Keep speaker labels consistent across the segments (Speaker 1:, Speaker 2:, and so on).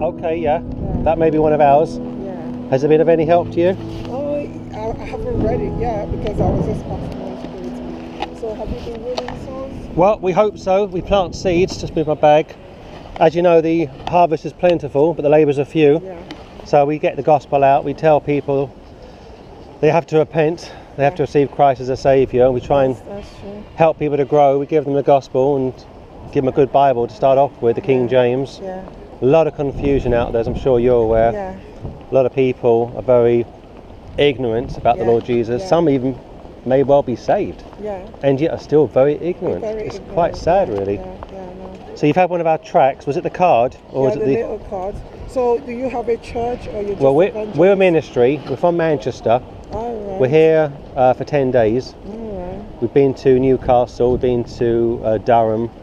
Speaker 1: Okay, yeah.
Speaker 2: Yeah.
Speaker 1: That may be one of ours.
Speaker 2: Yeah.
Speaker 1: Has it been of any help to you?
Speaker 2: Oh, I, I haven't read it yet because I was responsible for it. So have you been reading songs?
Speaker 1: Well, we hope so. We plant seeds. Just move my bag. As you know, the harvest is plentiful, but the labours are few.
Speaker 2: Yeah.
Speaker 1: So we get the gospel out. We tell people they have to repent. They have to receive Christ as a saviour. And we try and
Speaker 2: That's true.
Speaker 1: help people to grow. We give them the gospel and give them a good Bible to start off with, the King James.
Speaker 2: Yeah.
Speaker 1: A lot of confusion out there, as I'm sure you're aware.
Speaker 2: Yeah.
Speaker 1: A lot of people are very ignorant about the
Speaker 2: Yeah,
Speaker 1: Lord Jesus.
Speaker 2: yeah.
Speaker 1: Some even may well be saved
Speaker 2: Yeah.
Speaker 1: and yet are still very ignorant.
Speaker 2: Very
Speaker 1: it's
Speaker 2: ignorant,
Speaker 1: quite sad,
Speaker 2: yeah,
Speaker 1: really.
Speaker 2: Yeah. Yeah. No.
Speaker 1: So you've had one of our tracks. Was it the card or
Speaker 2: yeah,
Speaker 1: was
Speaker 2: the,
Speaker 1: it the?
Speaker 2: little cards. So do you have a church or you just
Speaker 1: Well, we're,
Speaker 2: evangelist?
Speaker 1: we're a ministry. We're from Manchester.
Speaker 2: All right.
Speaker 1: We're here uh, for ten days.
Speaker 2: All
Speaker 1: We've been to Newcastle. We've been to uh, Durham,
Speaker 2: right.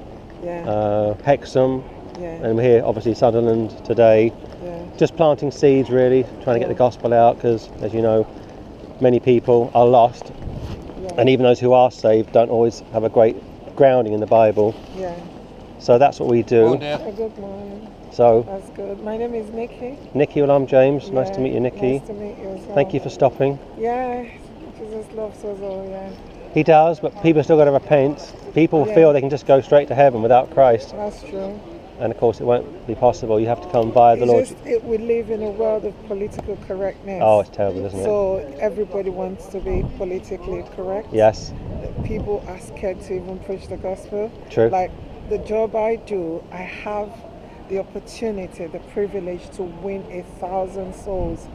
Speaker 2: Yeah.
Speaker 1: uh, Hexham,
Speaker 2: yeah.
Speaker 1: and we're here obviously Sunderland today.
Speaker 2: Yeah.
Speaker 1: Just planting seeds, really, trying to get the gospel out because, as you know, many people are lost,
Speaker 2: Yeah.
Speaker 1: and even those who are saved don't always have a great grounding in the Bible.
Speaker 2: yeah.
Speaker 1: So that's what we do.
Speaker 2: Oh, good morning.
Speaker 1: So,
Speaker 2: That's good. My name is Nikki.
Speaker 1: Nikki, well, I'm James. Nice to
Speaker 2: Yeah,
Speaker 1: meet you, Nikki.
Speaker 2: Nice to meet you. as
Speaker 1: Thank you
Speaker 2: well.
Speaker 1: for stopping.
Speaker 2: Yeah. Jesus loves us all. Yeah.
Speaker 1: He does, but people still got to repent. People
Speaker 2: Yeah.
Speaker 1: feel they can just go straight to heaven without Christ,
Speaker 2: That's true.
Speaker 1: and of course it won't be possible. You have to come via the
Speaker 2: It's
Speaker 1: Lord.
Speaker 2: just it, we live in a world of political correctness.
Speaker 1: Oh, it's terrible, isn't it?
Speaker 2: so everybody wants to be politically correct.
Speaker 1: Yes,
Speaker 2: People are scared to even preach the gospel.
Speaker 1: true.
Speaker 2: Like the job I do, I have the opportunity, the privilege to win a thousand souls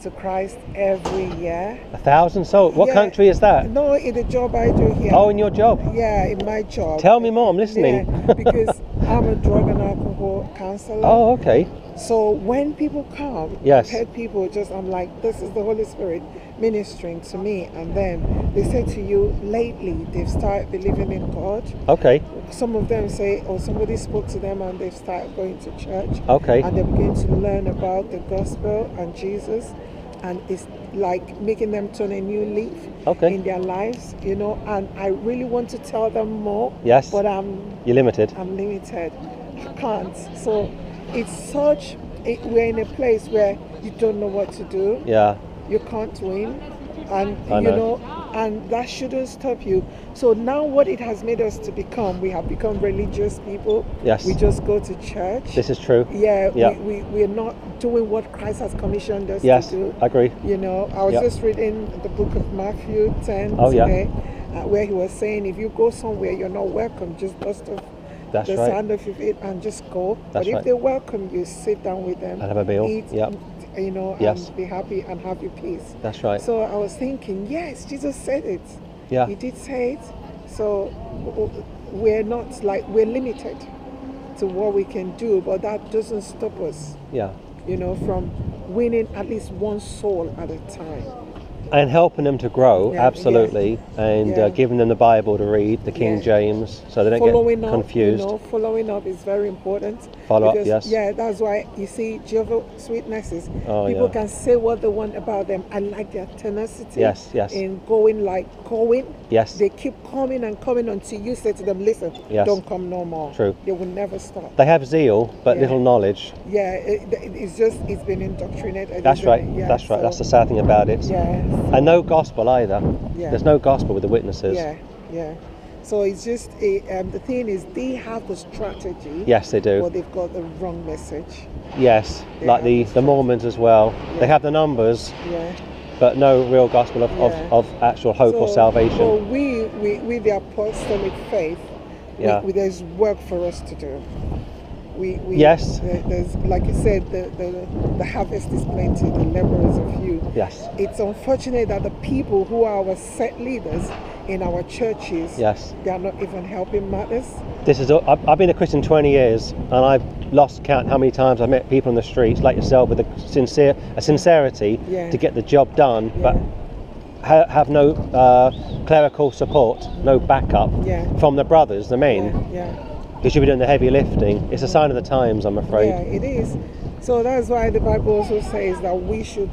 Speaker 2: to Christ every year.
Speaker 1: A thousand souls. What
Speaker 2: Yeah.
Speaker 1: country is that?
Speaker 2: No, in the job I do here.
Speaker 1: Uh, Oh, in your job.
Speaker 2: yeah, in my job.
Speaker 1: Tell me more. I'm listening.
Speaker 2: Yeah, because I'm a drug and alcohol counselor.
Speaker 1: Oh, okay.
Speaker 2: So when people come,
Speaker 1: Yes.
Speaker 2: I've heard people just, I'm like, this is the Holy Spirit ministering to me. And then they say to you, lately they've started believing in God.
Speaker 1: Okay.
Speaker 2: Some of them say, or somebody spoke to them and they've started going to church.
Speaker 1: Okay.
Speaker 2: And they're beginning to learn about the gospel and Jesus. And it's like making them turn a new leaf
Speaker 1: Okay.
Speaker 2: in their lives, you know. And I really want to tell them more,
Speaker 1: Yes.
Speaker 2: but I'm
Speaker 1: You're limited.
Speaker 2: I'm limited. I can't. So it's such. It, we're in a place where you don't know what to do.
Speaker 1: Yeah.
Speaker 2: You can't win, and
Speaker 1: I
Speaker 2: you
Speaker 1: know.
Speaker 2: know, and that shouldn't stop you. So now, what it has made us to become, we have become religious people.
Speaker 1: Yes.
Speaker 2: We just go to church.
Speaker 1: This is true.
Speaker 2: yeah,
Speaker 1: Yeah.
Speaker 2: We, we, we're not doing what Christ has commissioned us
Speaker 1: Yes.
Speaker 2: to do.
Speaker 1: I agree.
Speaker 2: You know, I was
Speaker 1: Yeah.
Speaker 2: just reading the book of Matthew 10
Speaker 1: Oh, yeah.
Speaker 2: today, uh, where he was saying, if you go somewhere, you're not welcome, just dust off
Speaker 1: That's
Speaker 2: the
Speaker 1: right.
Speaker 2: sound of your feet and just go. but
Speaker 1: That's
Speaker 2: if
Speaker 1: right.
Speaker 2: they welcome you, sit down with them,
Speaker 1: And have a meal.
Speaker 2: eat,
Speaker 1: Yeah.
Speaker 2: you know,
Speaker 1: Yes.
Speaker 2: and be happy and have your peace.
Speaker 1: That's right.
Speaker 2: So I was thinking, yes, Jesus said it.
Speaker 1: Yeah.
Speaker 2: He did say it. So w- w- we're not like, we're limited to what we can do, but that doesn't stop us,
Speaker 1: Yeah.
Speaker 2: you know, from winning at least one soul at a time.
Speaker 1: and helping them to grow
Speaker 2: Yeah,
Speaker 1: absolutely and
Speaker 2: Yeah.
Speaker 1: Uh, giving them the bible to read the king
Speaker 2: Yeah.
Speaker 1: james so they don't
Speaker 2: following
Speaker 1: get
Speaker 2: up,
Speaker 1: confused
Speaker 2: you know, following up is very important.
Speaker 1: Follow up, yes.
Speaker 2: Yeah, that's why you see Jehovah's Witnesses.
Speaker 1: Oh,
Speaker 2: people
Speaker 1: yeah.
Speaker 2: can say what they want about them. I like their tenacity.
Speaker 1: Yes, yes.
Speaker 2: In going like going,
Speaker 1: yes
Speaker 2: they keep coming and coming until you say to them, "Listen,
Speaker 1: Yes.
Speaker 2: don't come no more."
Speaker 1: True.
Speaker 2: They will never stop.
Speaker 1: they have zeal but
Speaker 2: Yeah.
Speaker 1: little knowledge
Speaker 2: Yeah, it, it- it's just it's been indoctrinated.
Speaker 1: that's
Speaker 2: isn't
Speaker 1: right
Speaker 2: it? Yeah,
Speaker 1: that's right
Speaker 2: so-
Speaker 1: that's the sad thing about it
Speaker 2: Yeah.
Speaker 1: and no gospel either
Speaker 2: Yeah.
Speaker 1: there's no gospel with the witnesses
Speaker 2: Yeah. Yeah. So it's just a, um, the thing is they have the strategy.
Speaker 1: yes they do
Speaker 2: But they've got the wrong message.
Speaker 1: yes
Speaker 2: They
Speaker 1: like
Speaker 2: have
Speaker 1: the the mormons as well
Speaker 2: Yeah.
Speaker 1: they have the numbers
Speaker 2: Yeah.
Speaker 1: but no real gospel of,
Speaker 2: Yeah.
Speaker 1: of, of actual hope or
Speaker 2: So-
Speaker 1: salvation
Speaker 2: So we, we, with the apostolic faith, we-
Speaker 1: Yeah.
Speaker 2: we, there's work for us to do. We, we
Speaker 1: Yes.
Speaker 2: there- There's like you said, the, the the harvest is plenty, the laborers are few.
Speaker 1: yes
Speaker 2: It's unfortunate that the people who are our set leaders in our churches,
Speaker 1: yes
Speaker 2: they are not even helping matters.
Speaker 1: This is. I've I've been a Christian 20 years, and I've lost count how many times I've met people on the streets like yourself with a sincere, a sincerity
Speaker 2: Yeah.
Speaker 1: to get the job done, but
Speaker 2: Yeah.
Speaker 1: ha- have no uh, clerical support, no backup
Speaker 2: Yeah.
Speaker 1: from the brothers, the men,
Speaker 2: Yeah. yeah.
Speaker 1: because you'll be doing the heavy lifting. It's a sign of the times, I'm afraid.
Speaker 2: Yeah, it is. So that's why the Bible also says that we should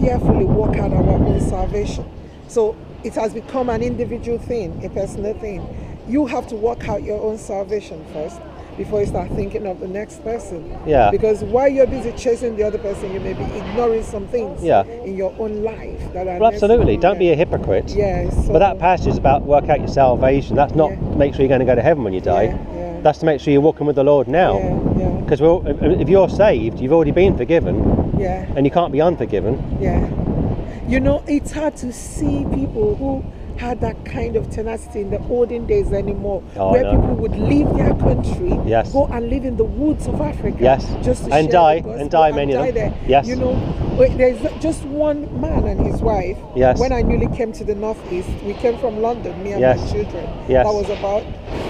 Speaker 2: fearfully work out our own salvation. So it has become an individual thing, a personal thing. You have to work out your own salvation first. before you start thinking of the next person.
Speaker 1: Yeah.
Speaker 2: Because while you're busy chasing the other person, you may be ignoring some things
Speaker 1: Yeah.
Speaker 2: in your own life that are
Speaker 1: Well, absolutely.
Speaker 2: necessary.
Speaker 1: Don't be a hypocrite.
Speaker 2: Yeah, so
Speaker 1: But that passage is about work out your salvation. That's not
Speaker 2: Yeah.
Speaker 1: make sure you're going to go to heaven when you die.
Speaker 2: Yeah, yeah.
Speaker 1: That's to make sure you're walking with the Lord now.
Speaker 2: Yeah,
Speaker 1: Because if you're saved, you've already been forgiven,
Speaker 2: yeah, yeah,
Speaker 1: and you can't be unforgiven.
Speaker 2: yeah. You know, it's hard to see people who had that kind of tenacity in the olden days anymore,
Speaker 1: Oh, I
Speaker 2: where
Speaker 1: know.
Speaker 2: people would leave their country,
Speaker 1: Yes.
Speaker 2: go and live in the woods of Africa,
Speaker 1: Yes.
Speaker 2: just to
Speaker 1: And
Speaker 2: share
Speaker 1: die-
Speaker 2: the
Speaker 1: and
Speaker 2: gospel
Speaker 1: die, many of
Speaker 2: die
Speaker 1: them.
Speaker 2: There.
Speaker 1: Yes.
Speaker 2: you know, wait, there's just one man and his wife.
Speaker 1: Yes.
Speaker 2: When I newly came to the northeast, we came from London, me and my
Speaker 1: Yes.
Speaker 2: children.
Speaker 1: Yes.
Speaker 2: That was about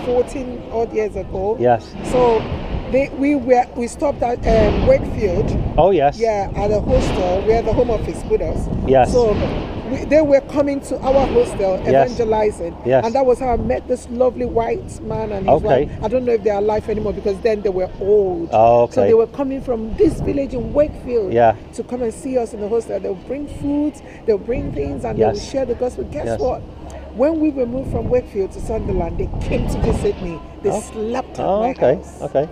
Speaker 2: 14 odd years ago.
Speaker 1: Yes.
Speaker 2: So they, we were we stopped at um, Wakefield.
Speaker 1: Oh yes.
Speaker 2: Yeah, at a hostel where the home office put us.
Speaker 1: Yes.
Speaker 2: So we, they were coming to our hostel
Speaker 1: Yes.
Speaker 2: evangelizing.
Speaker 1: Yes.
Speaker 2: And that was how I met this lovely white man and his
Speaker 1: Okay.
Speaker 2: wife. I don't know if they are alive anymore because then they were old.
Speaker 1: Oh,
Speaker 2: So
Speaker 1: okay.
Speaker 2: they were coming from this village in Wakefield
Speaker 1: Yeah.
Speaker 2: to come and see us in the hostel. They'll bring food, they'll bring things, and
Speaker 1: Yes.
Speaker 2: they'll share the gospel. Guess
Speaker 1: Yes.
Speaker 2: what? When we were moved from Wakefield to Sunderland, they came to visit me. They
Speaker 1: Oh.
Speaker 2: slept at
Speaker 1: Oh,
Speaker 2: my
Speaker 1: okay.
Speaker 2: house
Speaker 1: Okay.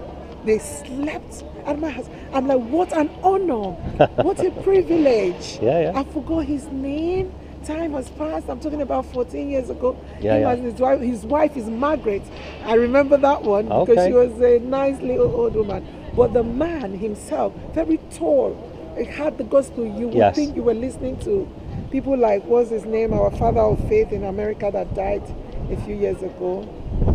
Speaker 2: they slept at my house. I'm like, what an honor, what a privilege.
Speaker 1: Yeah, yeah.
Speaker 2: I forgot his name. Time has passed. I'm talking about 14 years ago.
Speaker 1: Yeah,
Speaker 2: Him
Speaker 1: yeah.
Speaker 2: and his wife, his wife is Margaret. I remember that one because
Speaker 1: Okay.
Speaker 2: she was a nice little old woman. But the man himself, very tall, he had the gospel. You would
Speaker 1: Yes.
Speaker 2: think you were listening to people like what's his name, our father of faith in America that died a few years ago.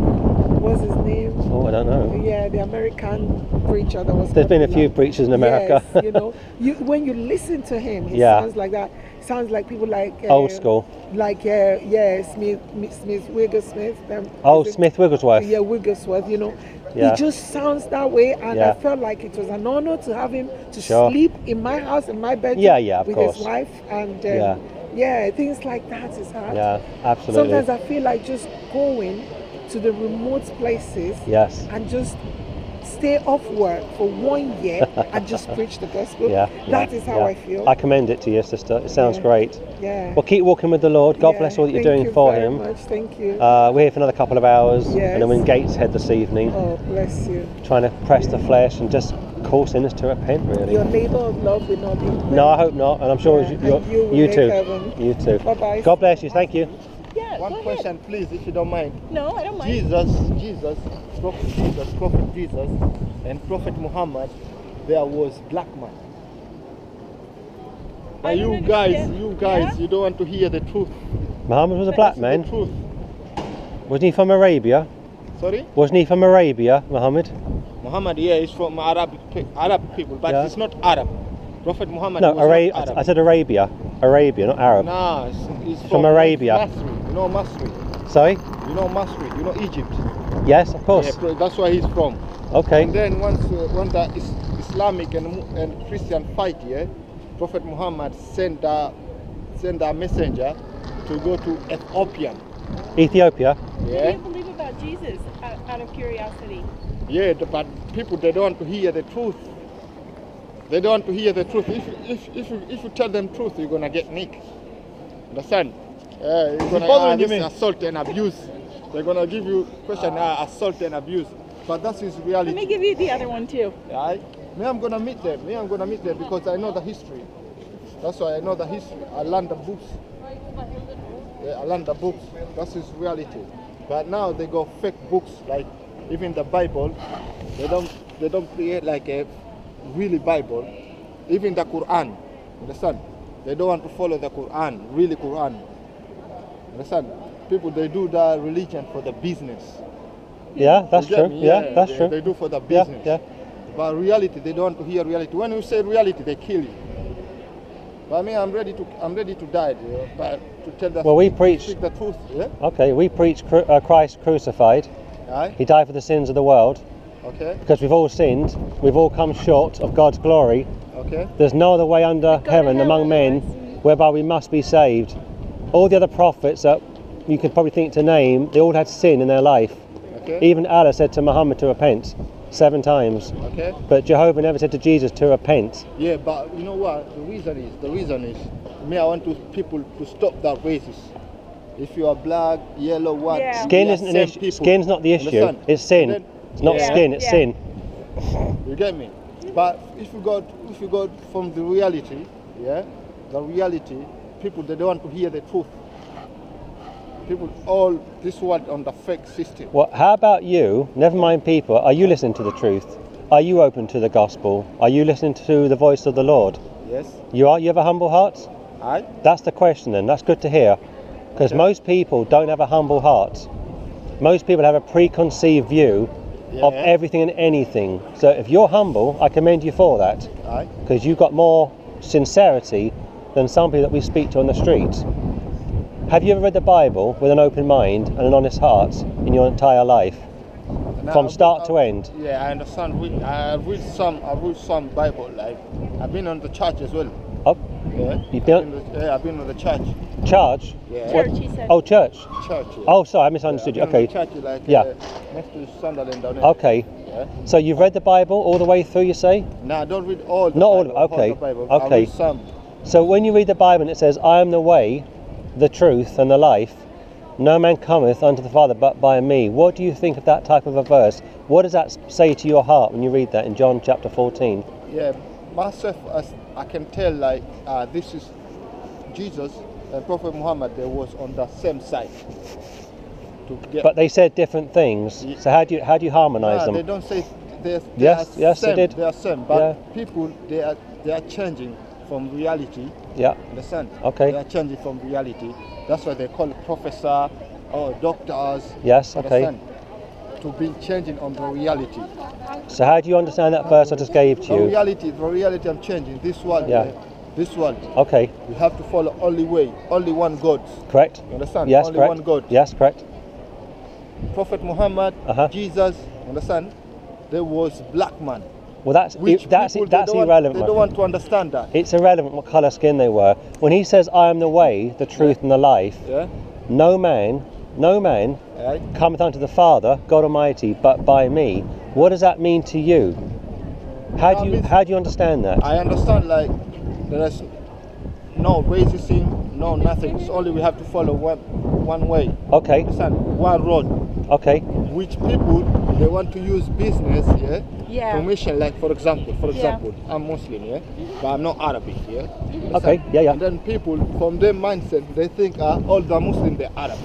Speaker 2: What's his name?
Speaker 1: Oh, I don't know.
Speaker 2: Yeah, the American preacher that was.
Speaker 1: There's been a
Speaker 2: popular.
Speaker 1: few preachers in America.
Speaker 2: Yes, you know, you when you listen to him, he
Speaker 1: Yeah.
Speaker 2: sounds like that. Sounds like people like uh,
Speaker 1: Old school.
Speaker 2: Like yeah, yeah, Smith, Mi- Smith, Wigglesworth. Um,
Speaker 1: Oh,
Speaker 2: is it-
Speaker 1: Smith Wigglesworth.
Speaker 2: Yeah, Wigglesworth. You know,
Speaker 1: Yeah.
Speaker 2: he just sounds that way, and
Speaker 1: Yeah.
Speaker 2: I felt like it was an honor to have him to
Speaker 1: Sure.
Speaker 2: sleep in my house in my bedroom.
Speaker 1: Yeah, yeah, of
Speaker 2: with
Speaker 1: course.
Speaker 2: his wife and um,
Speaker 1: Yeah.
Speaker 2: yeah. things like that is hard.
Speaker 1: Yeah, absolutely.
Speaker 2: Sometimes I feel like just going to the remote places
Speaker 1: yes.
Speaker 2: and just stay off work for one year and just preach the gospel.
Speaker 1: Yeah.
Speaker 2: that
Speaker 1: yeah,
Speaker 2: is how
Speaker 1: yeah.
Speaker 2: I feel.
Speaker 1: I commend it to you, sister. It sounds
Speaker 2: Yeah.
Speaker 1: great.
Speaker 2: yeah.
Speaker 1: Well, keep walking with the Lord. God
Speaker 2: Yeah.
Speaker 1: bless all that you're
Speaker 2: Thank
Speaker 1: doing
Speaker 2: you
Speaker 1: for
Speaker 2: very
Speaker 1: Him.
Speaker 2: Much. Thank you.
Speaker 1: Uh, we're here for another couple of hours, and then we're in
Speaker 2: Yes.
Speaker 1: Gateshead this evening,
Speaker 2: oh, bless you.
Speaker 1: trying to press the flesh and just call sinners to repent, really.
Speaker 2: Your labor of love will not be.
Speaker 1: No, I hope not, and I'm sure
Speaker 2: Yeah,
Speaker 1: you,
Speaker 2: and
Speaker 1: you're,
Speaker 2: you will
Speaker 1: you
Speaker 2: make
Speaker 1: too.
Speaker 2: heaven.
Speaker 1: You too.
Speaker 2: Bye-bye.
Speaker 1: God bless you. Thank you.
Speaker 3: Yeah,
Speaker 4: One
Speaker 3: go ahead.
Speaker 4: question, please, if you don't mind.
Speaker 3: No, I don't mind.
Speaker 4: Jesus, Jesus, Prophet Jesus, Prophet Jesus, and Prophet Muhammad, there was black man.
Speaker 3: I
Speaker 4: And you
Speaker 3: don't
Speaker 4: guys,
Speaker 3: understand.
Speaker 4: you guys,
Speaker 3: Yeah?
Speaker 4: you don't want to hear the truth.
Speaker 1: Muhammad was a
Speaker 3: But
Speaker 1: black
Speaker 4: The
Speaker 1: man.
Speaker 4: truth.
Speaker 1: Wasn't he from Arabia?
Speaker 4: Sorry,
Speaker 1: Wasn't he from Arabia, Muhammad?
Speaker 4: Muhammad. Yeah, is from Arab pe- Arab people, but
Speaker 1: Yeah.
Speaker 4: he's not Arab. Prophet Muhammad
Speaker 1: no,
Speaker 4: was
Speaker 1: Ara-
Speaker 4: not Arab.
Speaker 1: I said Arabia. Arabia, not Arab.
Speaker 4: Nah, it's- he's
Speaker 1: From Arabia.
Speaker 4: Masri. You know Masri.
Speaker 1: Sorry?
Speaker 4: You know Masri. You know Egypt.
Speaker 1: Yes, of
Speaker 4: Yeah,
Speaker 1: course.
Speaker 4: pro- that's where he's from.
Speaker 1: Okay.
Speaker 4: And then once uh, when the is- Islamic and, Mu- and Christian fight here, Prophet Muhammad sent a sent a messenger to go to Ethiopia.
Speaker 1: Ethiopia.
Speaker 3: What do
Speaker 4: Yeah,
Speaker 3: you believe about Jesus out, out of curiosity?
Speaker 4: yeah. the- But people they don't want to hear the truth. They don't want to hear the truth. If you- if if you, if you tell them truth, you're gonna get nicked. Understand? Yeah, you're gonna
Speaker 1: bothering
Speaker 4: ah,
Speaker 1: you,
Speaker 4: this
Speaker 1: mate?
Speaker 4: assault and abuse. They're gonna give you question ah, assault and abuse. But that's his reality.
Speaker 3: Let me give you the other one too.
Speaker 4: Aye. Me, I'm gonna meet them. Me, I'm gonna meet them because I know the history. That's why I know the history. I learned the books. Yeah, I learned the books. That's is reality. But now they go fake books like even the Bible. They don't they don't create like a really Bible. Even the Quran. Understand? They don't want to follow the Quran, really Quran. Understand? People they do the religion for the business.
Speaker 1: Yeah, that's
Speaker 4: You get
Speaker 1: true.
Speaker 4: me?
Speaker 1: Yeah, that's
Speaker 4: they,
Speaker 1: true.
Speaker 4: They do for the
Speaker 1: Yeah,
Speaker 4: business.
Speaker 1: yeah.
Speaker 4: But reality, they don't want to hear reality. When you say reality, they kill you. But me, I'm ready to, I'm ready to die. You know, but to tell the
Speaker 1: Well, we
Speaker 4: to
Speaker 1: preach.
Speaker 4: speak the truth. Yeah.
Speaker 1: Okay, we preach cru- uh, Christ crucified.
Speaker 4: Aye.
Speaker 1: He died for the sins of the world
Speaker 4: Okay.
Speaker 1: because we've all sinned. We've all come short of God's glory.
Speaker 4: Okay.
Speaker 1: There's no other way under
Speaker 3: to
Speaker 1: heaven
Speaker 3: hell
Speaker 1: among men
Speaker 3: otherwise.
Speaker 1: whereby we must be saved. All the other prophets that you could probably think to name, they all had sin in their life.
Speaker 4: Okay.
Speaker 1: Even Allah said to Muhammad to repent seven times.
Speaker 4: Okay.
Speaker 1: But Jehovah never said to Jesus to repent.
Speaker 4: Yeah, but you know what? The reason is, the reason is, me, I want to people to stop that racist. If you are black, yellow, white,
Speaker 3: Yeah.
Speaker 4: we
Speaker 1: Skin
Speaker 4: are
Speaker 1: isn't an
Speaker 4: same
Speaker 1: issue. Skin's not the issue.
Speaker 4: Understand?
Speaker 1: It's sin.
Speaker 4: Then
Speaker 1: It's not
Speaker 4: Yeah.
Speaker 1: skin, it's
Speaker 3: Yeah.
Speaker 1: sin.
Speaker 4: You get me? But if you got if you got from the reality, yeah, the reality, people they don't want to hear the truth. People all this word on the fake system.
Speaker 1: Well, how about you? Never mind people. Are you listening to the truth? Are you open to the gospel? Are you listening to the voice of the Lord?
Speaker 4: Yes,
Speaker 1: You are. You have a humble heart.
Speaker 4: I.
Speaker 1: That's the question, then. That's good to hear, because most people don't have a humble heart. Most people have a preconceived view of
Speaker 4: Yeah.
Speaker 1: everything and anything. So if you're humble, I commend you for that,
Speaker 4: I.
Speaker 1: because you've got more sincerity than some people that we speak to on the street. Have you ever read the Bible with an open mind and an honest heart in your entire life?
Speaker 4: Now,
Speaker 1: From
Speaker 4: I've-
Speaker 1: start to
Speaker 4: I've-
Speaker 1: end.
Speaker 4: Yeah, I understand. We, I read some. I read some Bible. Like I've been on the church as well.
Speaker 1: Oh,
Speaker 4: Yeah.
Speaker 1: You've
Speaker 4: I've
Speaker 1: been-
Speaker 4: on the- yeah, I've been on the church.
Speaker 1: church?
Speaker 4: Yeah.
Speaker 1: What-
Speaker 3: Church, he said.
Speaker 1: Oh, church.
Speaker 4: Church. Yeah.
Speaker 1: Oh, sorry, I
Speaker 4: Yeah,
Speaker 1: misunderstood you.
Speaker 4: I've been
Speaker 1: Okay.
Speaker 4: on the Church, like,
Speaker 1: Yeah.
Speaker 4: Uh, next to Sunderland down there.
Speaker 1: Okay.
Speaker 4: Yeah.
Speaker 1: So you've read the Bible all the way through, you say?
Speaker 4: No, I don't read all. The
Speaker 1: Not all
Speaker 4: Bible,
Speaker 1: of- okay,
Speaker 4: the Bible.
Speaker 1: okay.
Speaker 4: I read some.
Speaker 1: So when you read the Bible and it says, I am the way, the truth, and the life, no man cometh unto the Father but by me. What do you think of that type of a verse? What does that say to your heart when you read that in John chapter 14?
Speaker 4: Yeah, myself, as I can tell, like uh, this is Jesus and Prophet Muhammad. They was on the same side. To get
Speaker 1: But they said different things. So how do you how do you harmonize
Speaker 4: Nah, They
Speaker 1: them?
Speaker 4: don't say they're, they
Speaker 1: Yes,
Speaker 4: are
Speaker 1: yes, they
Speaker 4: same.
Speaker 1: did.
Speaker 4: are same, but
Speaker 1: Yeah.
Speaker 4: people they are they are changing from reality.
Speaker 1: Yeah.
Speaker 4: Understand?
Speaker 1: Okay.
Speaker 4: They are changing from reality. That's why they call professor or doctors.
Speaker 1: Yes, okay.
Speaker 4: Understand? To be changing on the reality.
Speaker 1: So how do you understand that verse I just gave to
Speaker 4: The
Speaker 1: you?
Speaker 4: reality, the reality. I'm changing this world.
Speaker 1: Yeah.
Speaker 4: uh, This world.
Speaker 1: Okay,
Speaker 4: We have to follow only way, only one God.
Speaker 1: correct?
Speaker 4: You understand?
Speaker 1: Yes,
Speaker 4: only
Speaker 1: correct.
Speaker 4: one God.
Speaker 1: Yes, correct.
Speaker 4: Prophet Muhammad,
Speaker 1: Uh-huh.
Speaker 4: Jesus. Understand? There was black man.
Speaker 1: Well that's
Speaker 4: Which
Speaker 1: that's
Speaker 4: people, they
Speaker 1: that's
Speaker 4: don't want-
Speaker 1: irrelevant.
Speaker 4: they
Speaker 1: my
Speaker 4: don't
Speaker 1: friend.
Speaker 4: want to understand that.
Speaker 1: It's irrelevant what colour skin they were. When he says, I am the way, the truth, and the life,
Speaker 4: Yeah.
Speaker 1: no man, no man
Speaker 4: Right.
Speaker 1: cometh unto the Father, God Almighty, but by me. What does that mean to you? How
Speaker 4: That
Speaker 1: do you
Speaker 4: means-
Speaker 1: how do you understand that?
Speaker 4: I understand like there is no racism, no nothing. It's only we have to follow one one way.
Speaker 1: Okay,
Speaker 4: Understand? One road.
Speaker 1: okay,
Speaker 4: Which people they want to use business, yeah?
Speaker 3: Yeah.
Speaker 4: Permission, like for example, for
Speaker 3: Yeah.
Speaker 4: example, I'm Muslim, yeah, but I'm not Arabic, yeah.
Speaker 3: Mm-hmm.
Speaker 4: Understand?
Speaker 1: Okay, yeah, yeah.
Speaker 4: And then people from their mindset, they think uh, all the Muslim they're Arab.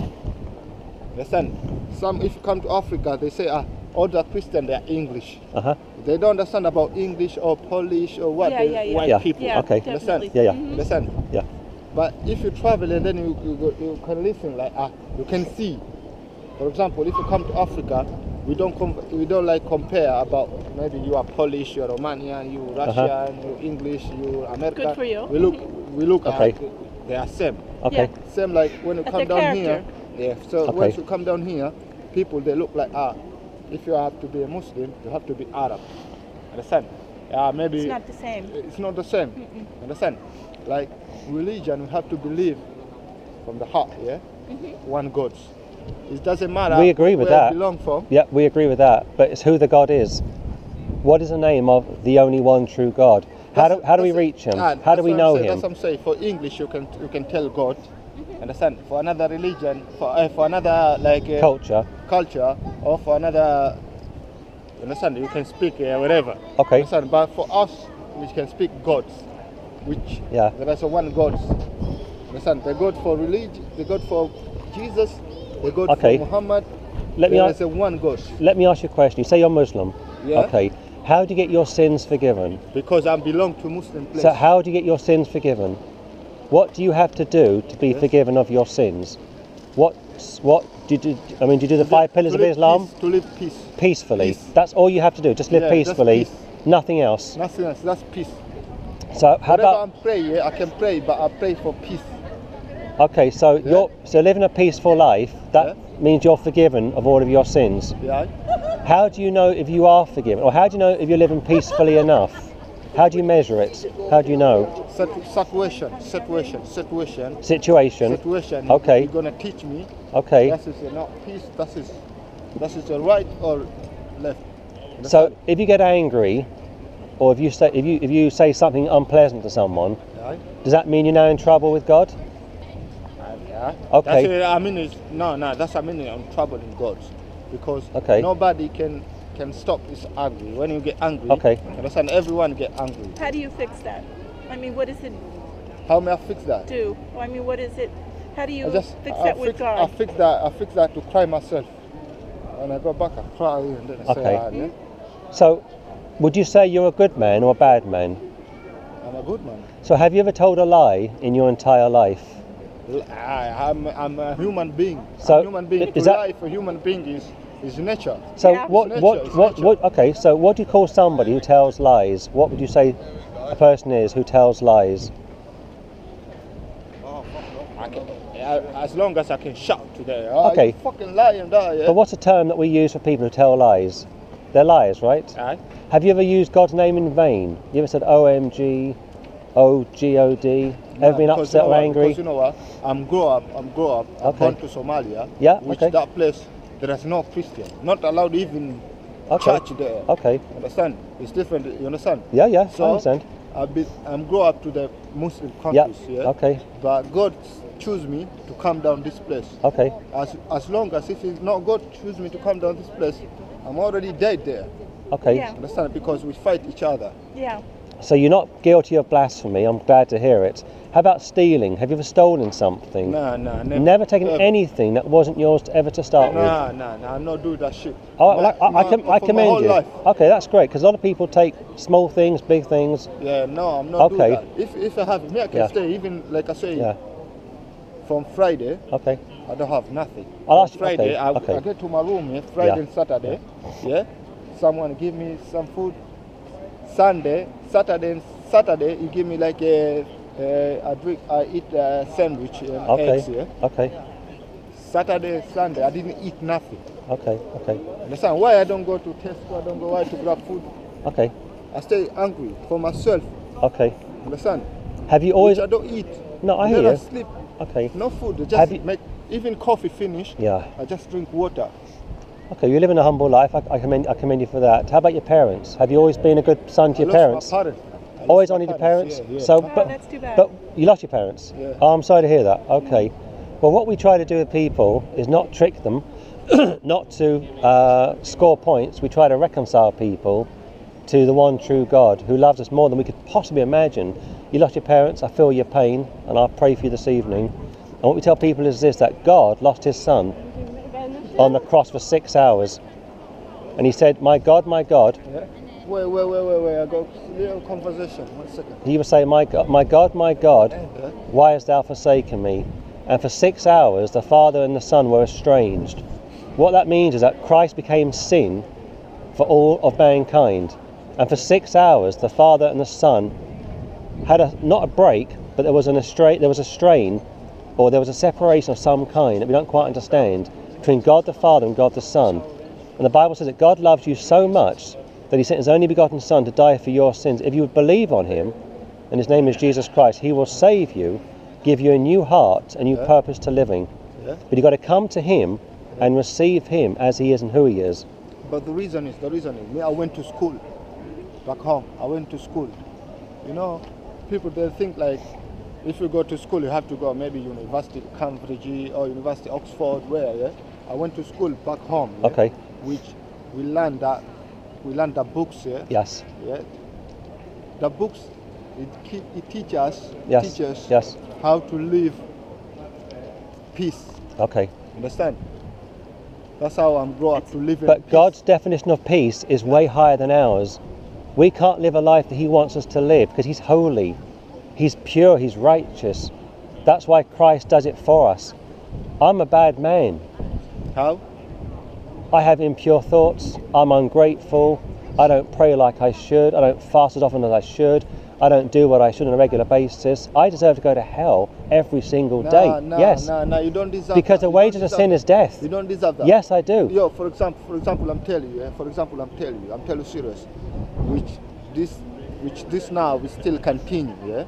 Speaker 4: Understand? Some if you come to Africa, they say ah, all the Christian they're English.
Speaker 1: uh huh,
Speaker 4: They don't understand about English or Polish or what
Speaker 3: Yeah,
Speaker 4: they-
Speaker 3: yeah, yeah.
Speaker 4: white
Speaker 1: Yeah.
Speaker 4: people.
Speaker 3: Yeah,
Speaker 1: Okay.
Speaker 3: definitely.
Speaker 1: Yeah, yeah.
Speaker 3: Mhm.
Speaker 4: Understand?
Speaker 1: Mm-hmm. yeah,
Speaker 4: But if you travel and then you, you, go- you can listen, like ah, you can see. For example, if you come to Africa, we don't com- we don't like compare about maybe you are Polish, you are Romanian, you are
Speaker 1: Uh-huh.
Speaker 4: Russian, you are English, you are American.
Speaker 3: for you.
Speaker 4: We look we look
Speaker 1: Okay.
Speaker 4: at they are same.
Speaker 1: okay,
Speaker 3: Mm-hmm. Yeah.
Speaker 4: Same like when you
Speaker 3: At
Speaker 4: come
Speaker 3: the
Speaker 4: down
Speaker 3: character.
Speaker 4: here. Yeah. So
Speaker 1: Okay.
Speaker 4: once you come down here, people they look like ah, if you have to be a Muslim, you have to be Arab. Understand? Ah, maybe
Speaker 3: It's not the same.
Speaker 4: it's not the same. Understand? Like religion, we have to believe from the heart, yeah. One God. It doesn't matter.
Speaker 1: We agree with
Speaker 4: where
Speaker 1: that.
Speaker 4: You belong from.
Speaker 1: yeah. We agree with that, but it's who the God is. What is the name of the only one true God? How do
Speaker 4: That's-
Speaker 1: how do we
Speaker 4: that's it.
Speaker 1: reach Him?
Speaker 4: Ah,
Speaker 1: How
Speaker 4: that's
Speaker 1: do we
Speaker 4: what I'm
Speaker 1: know
Speaker 4: saying, That's what
Speaker 1: Him?
Speaker 4: I'm saying. For English, you can you can tell God. Understand? For another religion, for uh, for another like uh,
Speaker 1: Culture.
Speaker 4: culture, or for another. Understand? You can speak uh, whatever.
Speaker 1: Okay.
Speaker 4: Understand? But for us, we can speak gods, which
Speaker 1: Yeah.
Speaker 4: there is a one God. Understand? The God for religion, the God for Jesus, the God
Speaker 1: Okay.
Speaker 4: for Muhammad.
Speaker 1: Let me
Speaker 4: there
Speaker 1: ask-
Speaker 4: is a one God
Speaker 1: Let me ask you a question. You say you're Muslim.
Speaker 4: Yeah.
Speaker 1: Okay. How do you get your sins forgiven?
Speaker 4: because I belong to Muslim place.
Speaker 1: So how do you get your sins forgiven? What do you have to do to be forgiven of your sins? What what do you do? I mean, do you do the five pillars
Speaker 4: to
Speaker 1: of
Speaker 4: live
Speaker 1: Islam
Speaker 4: peace- to live peace.
Speaker 1: peacefully?
Speaker 4: Peace.
Speaker 1: That's all you have to do. Just live
Speaker 4: Yeah, just
Speaker 1: peacefully,
Speaker 4: peace.
Speaker 1: nothing else.
Speaker 4: Nothing else. That's peace.
Speaker 1: So how
Speaker 4: Whenever
Speaker 1: about
Speaker 4: I'm praying, yeah, I can pray, but I pray for peace.
Speaker 1: okay? So you're so living a peaceful life. That
Speaker 4: Yeah.
Speaker 1: means you're forgiven of all of your sins.
Speaker 4: Yeah.
Speaker 1: How do you know if you are forgiven, or how do you know if you're living peacefully enough? How do you measure it? How do you know?
Speaker 4: Situ- Situation, situation, situation,
Speaker 1: Situation.
Speaker 4: situation.
Speaker 1: Okay.
Speaker 4: You're gonna teach me.
Speaker 1: Okay.
Speaker 4: That is not peace. That is, that is the right or left.
Speaker 1: So if you get angry, or if you say if you if you say something unpleasant to someone,
Speaker 4: Yeah.
Speaker 1: does that mean you're now in trouble with God?
Speaker 4: Yeah.
Speaker 1: Okay.
Speaker 4: That's, uh, I mean, it's, no, no. That's I mean, I'm troubling God, because
Speaker 1: Okay.
Speaker 4: nobody can can stop is angry. When you get angry,
Speaker 1: Okay.
Speaker 4: you understand? Everyone get angry.
Speaker 3: How do you fix that? I mean, what does it
Speaker 4: How may I fix that?
Speaker 3: do? I mean, what is it? How do you
Speaker 4: I just
Speaker 3: fix
Speaker 4: I
Speaker 3: that
Speaker 4: fix, uh,
Speaker 3: with
Speaker 4: I
Speaker 3: God?
Speaker 4: fix that. I fix that to cry myself, and I go back. I cry and then I
Speaker 1: Okay.
Speaker 4: say, ah, yeah,
Speaker 1: So, would you say you're a good man or a bad man?
Speaker 4: I'm a good man.
Speaker 1: So, have you ever told a lie in your entire life?
Speaker 4: L- I, am I'm a human being.
Speaker 1: So,
Speaker 4: a human being.
Speaker 1: i- is
Speaker 4: to
Speaker 1: that-
Speaker 4: lie for human being is is nature.
Speaker 1: So,
Speaker 3: Yeah.
Speaker 1: what,
Speaker 4: It's
Speaker 1: what,
Speaker 4: nature,
Speaker 1: what,
Speaker 4: it's
Speaker 1: what, okay, so what do you call somebody who tells lies? What would you say a person is who tells lies?
Speaker 4: I can, I, as long as I can shout to them. "Ah,
Speaker 1: Okay.
Speaker 4: You fucking lie and die. eh?" Yeah?
Speaker 1: But what's a term that we use for people who tell lies? They're liars, right?
Speaker 4: Aye.
Speaker 1: Have you ever used God's name in vain? You ever said OMG, OGOD? Ever been
Speaker 4: Because
Speaker 1: upset
Speaker 4: you know
Speaker 1: or
Speaker 4: what?
Speaker 1: angry?
Speaker 4: Because you know what? I'm grow up. I'm grow up. I'm
Speaker 1: Okay.
Speaker 4: gone to Somalia.
Speaker 1: Yeah,
Speaker 4: Which
Speaker 1: okay.
Speaker 4: that place there is no Christian. Not allowed even
Speaker 1: Okay.
Speaker 4: church there.
Speaker 1: Okay,
Speaker 4: Understand? It's different. You understand?
Speaker 1: yeah, yeah,
Speaker 4: So
Speaker 1: I understand.
Speaker 4: I be, I'm grow up to the Muslim
Speaker 1: Yeah,
Speaker 4: countries. Yeah.
Speaker 1: okay,
Speaker 4: But God choose me to come down this place.
Speaker 1: okay,
Speaker 4: As as long as if it's not God choose me to come down this place, I'm already dead there.
Speaker 1: okay.
Speaker 3: Yeah.
Speaker 4: Understand? Because we fight each other.
Speaker 3: Yeah.
Speaker 1: So you're not guilty of blasphemy. I'm glad to hear it. How about stealing? Have you ever stolen something?
Speaker 4: Nah, nah, never.
Speaker 1: Never, taken
Speaker 4: Never.
Speaker 1: anything that wasn't yours to- ever to start with.
Speaker 4: Nah, nah, nah. I'm not doing that shit.
Speaker 1: Oh,
Speaker 4: My-
Speaker 1: well, I, I, I,
Speaker 4: my-
Speaker 1: com- I
Speaker 4: for my
Speaker 1: commend
Speaker 4: whole
Speaker 1: you.
Speaker 4: life.
Speaker 1: Okay, that's great because a lot of people take small things, big things.
Speaker 4: Yeah, no, I'm not
Speaker 1: Okay.
Speaker 4: doing that. If if I have me, I can
Speaker 1: Yeah.
Speaker 4: stay. Even like I say,
Speaker 1: Yeah.
Speaker 4: from Friday,
Speaker 1: Okay.
Speaker 4: I don't have nothing.
Speaker 1: I'll
Speaker 4: On
Speaker 1: ask you-
Speaker 4: Friday,
Speaker 1: Oh, okay, okay.
Speaker 4: I, I get to my room yeah, Friday
Speaker 1: Yeah.
Speaker 4: and Saturday. Yeah. Someone give me some food. Sunday, Saturday, and Saturday, you give me like a, a I drink, I eat a sandwich and
Speaker 1: Okay.
Speaker 4: eggs. Yeah.
Speaker 1: Okay.
Speaker 4: Saturday, Sunday, I didn't eat nothing.
Speaker 1: Okay. Okay.
Speaker 4: Understand why I don't go to Tesco? I don't go why to grab food.
Speaker 1: Okay.
Speaker 4: I stay hungry for myself.
Speaker 1: Okay.
Speaker 4: Understand?
Speaker 1: Have you always?
Speaker 4: Which I don't eat.
Speaker 1: No, I
Speaker 4: then
Speaker 1: hear
Speaker 4: I
Speaker 1: you.
Speaker 4: sleep.
Speaker 1: Okay.
Speaker 4: No food. I
Speaker 1: Have
Speaker 4: just
Speaker 1: you-
Speaker 4: make even coffee finish.
Speaker 1: Yeah.
Speaker 4: I just drink water.
Speaker 1: Okay. You live in a humble life. I, I commend. I commend you for that. How about your parents? Have you always been a good son to your
Speaker 4: I
Speaker 1: parents?
Speaker 4: Lost my parents. I
Speaker 1: Always
Speaker 4: lost
Speaker 1: only
Speaker 4: my
Speaker 1: the parents.
Speaker 4: Yeah, yeah.
Speaker 1: So,
Speaker 3: Wow,
Speaker 1: but
Speaker 3: Oh, that's too bad.
Speaker 1: but you lost your parents.
Speaker 4: Yeah.
Speaker 1: Oh, I'm sorry to hear that. Okay. Well, what we try to do with people is not trick them, not to uh, score points. We try to reconcile people to the one true God who loves us more than we could possibly imagine. You lost your parents. I feel your pain, and I pray for you this evening. And what we tell people is this: that God lost His Son on the cross for six hours, and He said, "My God, My God,
Speaker 4: Yeah. Wait, wait, wait, wait, wait. I got a little conversation. One second.
Speaker 1: He was saying, My God, my God, my God,
Speaker 4: Yeah.
Speaker 1: why hast thou forsaken me? And for six hours the Father and the Son were estranged. What that means is that Christ became sin for all of mankind. And for six hours the Father and the Son had a, not a break, but there was, an estra- there was a strain or there was a separation of some kind that we don't quite understand between God the Father and God the Son. And the Bible says that God loves you so much that He sent His only begotten Son to die for your sins. If you would believe on Him, and His name is Jesus Christ, He will save you, give you a new heart, a new purpose to living.
Speaker 4: Yeah.
Speaker 1: But you've got to come to Him and receive Him as He is and who He is.
Speaker 4: But the reason is the reason is me. I went to school back home. I went to school. You know, people they think like if you go to school, you have to go maybe University Cambridge or University Oxford. Where yeah, I went to school back home. yeah,
Speaker 1: Okay.
Speaker 4: Which we learned that we learned the books. Yeah.
Speaker 1: Yes.
Speaker 4: Yeah. The books it, keep, it teach us
Speaker 1: Yes.
Speaker 4: teach us
Speaker 1: Yes.
Speaker 4: how to live peace.
Speaker 1: Okay.
Speaker 4: Understand? That's how I'm grow up to live in
Speaker 1: But
Speaker 4: peace.
Speaker 1: God's definition of peace is way higher than ours. We can't live a life that He wants us to live because He's holy, He's pure, He's righteous. That's why Christ does it for us. I'm a bad man.
Speaker 4: how?
Speaker 1: I have impure thoughts. I'm ungrateful. I don't pray like I should. I don't fast as often as I should. I don't do what I should on a regular basis. I deserve to go to hell every single day.
Speaker 4: No,
Speaker 1: yes.
Speaker 4: no, no, you don't deserve
Speaker 1: Because
Speaker 4: that.
Speaker 1: the
Speaker 4: You
Speaker 1: wages
Speaker 4: don't
Speaker 1: of sin
Speaker 4: deserve
Speaker 1: is death.
Speaker 4: that. You don't deserve that.
Speaker 1: Yes, I do.
Speaker 4: Yo, for example, for example, I'm telling you, eh, for example, I'm telling you, I'm telling you serious, which this, which this now we still continue, yeah.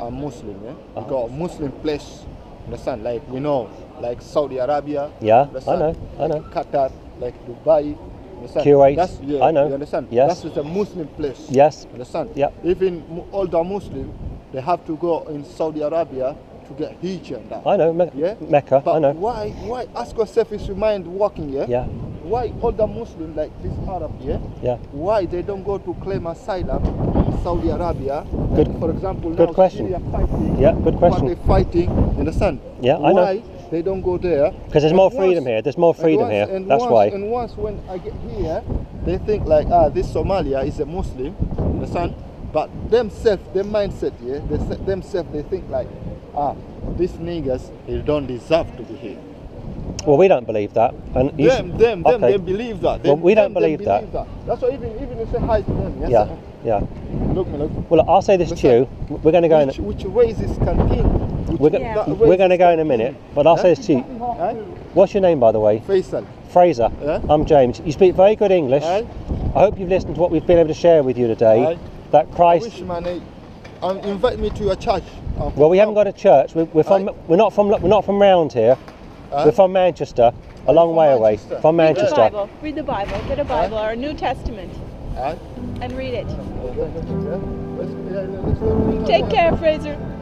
Speaker 4: I'm Muslim, yeah.
Speaker 1: Uh-huh.
Speaker 4: We got a Muslim place, understand? Like we know, like Saudi Arabia.
Speaker 1: Yeah, I
Speaker 4: understand?
Speaker 1: know, I know.
Speaker 4: Like Qatar, like Dubai, understand?
Speaker 1: Kuwait,
Speaker 4: That's, yeah,
Speaker 1: I know.
Speaker 4: You understand?
Speaker 1: Yes.
Speaker 4: That's just a Muslim place.
Speaker 1: Yes.
Speaker 4: Understand?
Speaker 1: Yep.
Speaker 4: Even mu- older Muslim, they have to go in Saudi Arabia to get hijab. and that.
Speaker 1: I know, Me-
Speaker 4: Yeah.
Speaker 1: Mecca,
Speaker 4: But
Speaker 1: I know.
Speaker 4: Why? Why? Ask yourself, is your mind working? Yeah.
Speaker 1: Yeah.
Speaker 4: Why why other Muslims like this Arab here,
Speaker 1: Yeah.
Speaker 4: why they don't go to claim asylum in Saudi Arabia?
Speaker 1: Good-
Speaker 4: And for example,
Speaker 1: good
Speaker 4: now
Speaker 1: question.
Speaker 4: Syria fighting,
Speaker 1: Yeah, good question.
Speaker 4: What they fighting in the sun?
Speaker 1: Yeah, I
Speaker 4: why
Speaker 1: know.
Speaker 4: they don't go there?
Speaker 1: Because there's
Speaker 4: And
Speaker 1: more freedom
Speaker 4: once-
Speaker 1: here. There's more
Speaker 4: and
Speaker 1: freedom
Speaker 4: once-
Speaker 1: here.
Speaker 4: and
Speaker 1: That's
Speaker 4: once-
Speaker 1: why.
Speaker 4: And once when I get here, they think like, ah, this Somalia is a Muslim, you understand? But themselves, their mindset, yeah, they, se- themselves, they think like, ah, these niggas, they don't deserve to be here.
Speaker 1: well, we don't believe that. And you
Speaker 4: them, them, them,
Speaker 1: okay.
Speaker 4: they believe that.
Speaker 1: Well,
Speaker 4: Them-
Speaker 1: we don't
Speaker 4: them, they
Speaker 1: believe that.
Speaker 4: That's why even, even if you say hi to them, yes,
Speaker 1: Yeah, yeah.
Speaker 4: sir. Look, me, look.
Speaker 1: Well, I'll say this
Speaker 4: What's
Speaker 1: to you. We're going to go in.
Speaker 4: Which, which racist continue? Which,
Speaker 1: We're,
Speaker 3: Yeah.
Speaker 1: go-
Speaker 4: that
Speaker 1: we're going to
Speaker 4: racist
Speaker 1: go in a
Speaker 4: continue.
Speaker 1: minute. But I'll say
Speaker 4: Huh?
Speaker 1: this to you.
Speaker 4: Huh?
Speaker 1: What's your name, by the way?
Speaker 4: Faisal.
Speaker 1: Fraser.
Speaker 4: Yeah.
Speaker 1: I'm James. You speak very good English.
Speaker 4: Aye.
Speaker 1: I hope you've listened to what we've been able to share with you today.
Speaker 4: Aye.
Speaker 1: That
Speaker 4: Wish
Speaker 1: Christ.
Speaker 4: man, eh, um, invite me to your church. I'll
Speaker 1: Well, we
Speaker 4: come.
Speaker 1: haven't got a church. We're, we're from.
Speaker 4: Oh. Aye.
Speaker 1: We're not from. We're not from round here.
Speaker 4: Aye.
Speaker 1: We're from Manchester. A long
Speaker 4: from
Speaker 1: way
Speaker 4: Manchester?
Speaker 1: away. From
Speaker 4: Yeah.
Speaker 3: Read the
Speaker 1: Manchester.
Speaker 3: Bible. Read the Bible. Get a Bible or a New Testament
Speaker 4: Aye.
Speaker 3: and read it.
Speaker 4: Yeah, yeah, yeah. Let's- yeah, let's-
Speaker 3: Take care, Fraser.